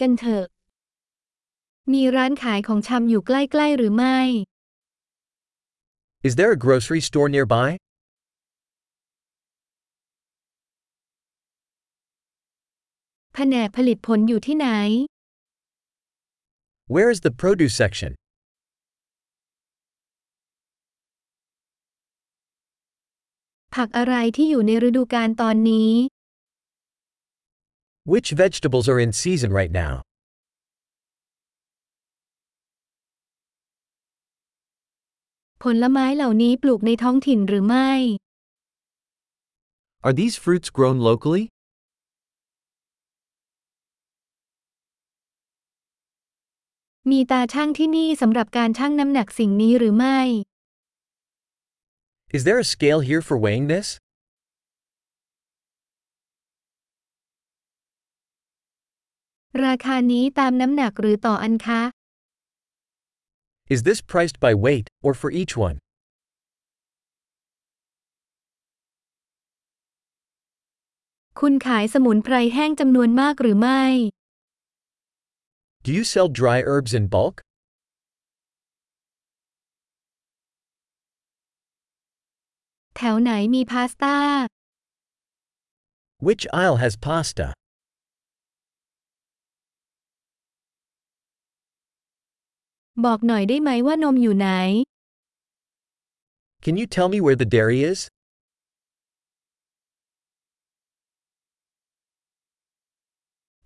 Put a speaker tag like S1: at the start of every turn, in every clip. S1: กันเถอะ มีร้านขายของชำอยู่ใกล้ๆหรือไม่
S2: Is there a grocery store nearby?
S1: แผนกผลิตผลอยู่ที่ไหน
S2: Where is the produce section?
S1: ผักอะไรที่อยู่ในฤดูกาลตอนนี้
S2: Which vegetables are in season right now?
S1: ผลไม้เหล่านี้ปลูกในท้องถิ่นหรือไม่
S2: Are these fruits grown locally?
S1: มีตาช่างที่นี่สำหรับการชั่งน้ำหนักสิ่งนี้หรือไม่
S2: Is there a scale here for weighing this?
S1: ราคานี้ตามน้ำหนักหรือต่ออันคะ
S2: Is this priced by weight, or for each one?
S1: คุณขายสมุนไพรแห้งจำนวนมากหรือไม่
S2: Do you sell dry herbs in bulk?
S1: แถวไหนมีพาสต้า
S2: Which aisle has pasta?
S1: บอกหน่อยได้ไหมว่านมอยู่ไหน
S2: Can you tell me where the dairy is?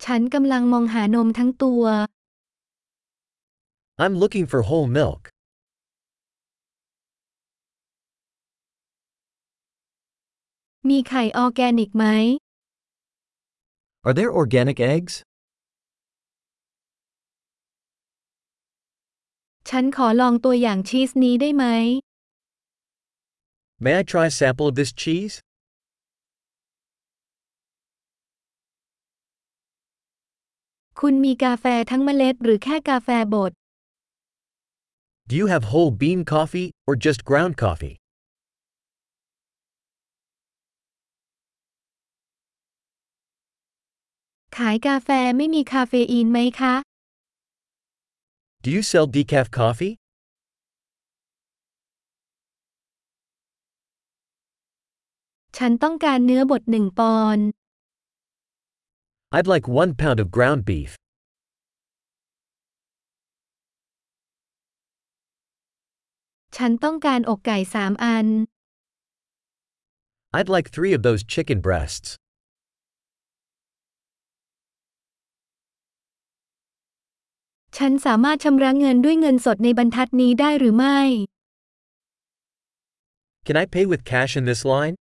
S1: ฉันกำลังมองหานมทั้งตัว
S2: I'm looking for whole milk.
S1: มีไข่ออร์แกนิกไหม
S2: Are there organic eggs?
S1: ฉันขอลองตัวอย่างชีสนี้ได้ไหม
S2: May I try a sample of this cheese?
S1: คุณมีกาแฟทั้งเมล็ดหรือแค่กาแฟบด
S2: Do you have whole bean coffee, or just ground coffee?
S1: ขายกาแฟไม่มีคาเฟอีนไหมคะ
S2: Do you sell decaf coffee?
S1: ฉันต้องการเนื้อบดหนึ่งปอนด์
S2: I'd like one pound of ground beef.
S1: ฉันต้องการอกไก่สามอัน
S2: I'd like three of those chicken breasts.
S1: ฉันสามารถชำระเงินด้วยเงินสดในบรรทัดนี้ได้หรือไม่
S2: Can I pay with cash in this line?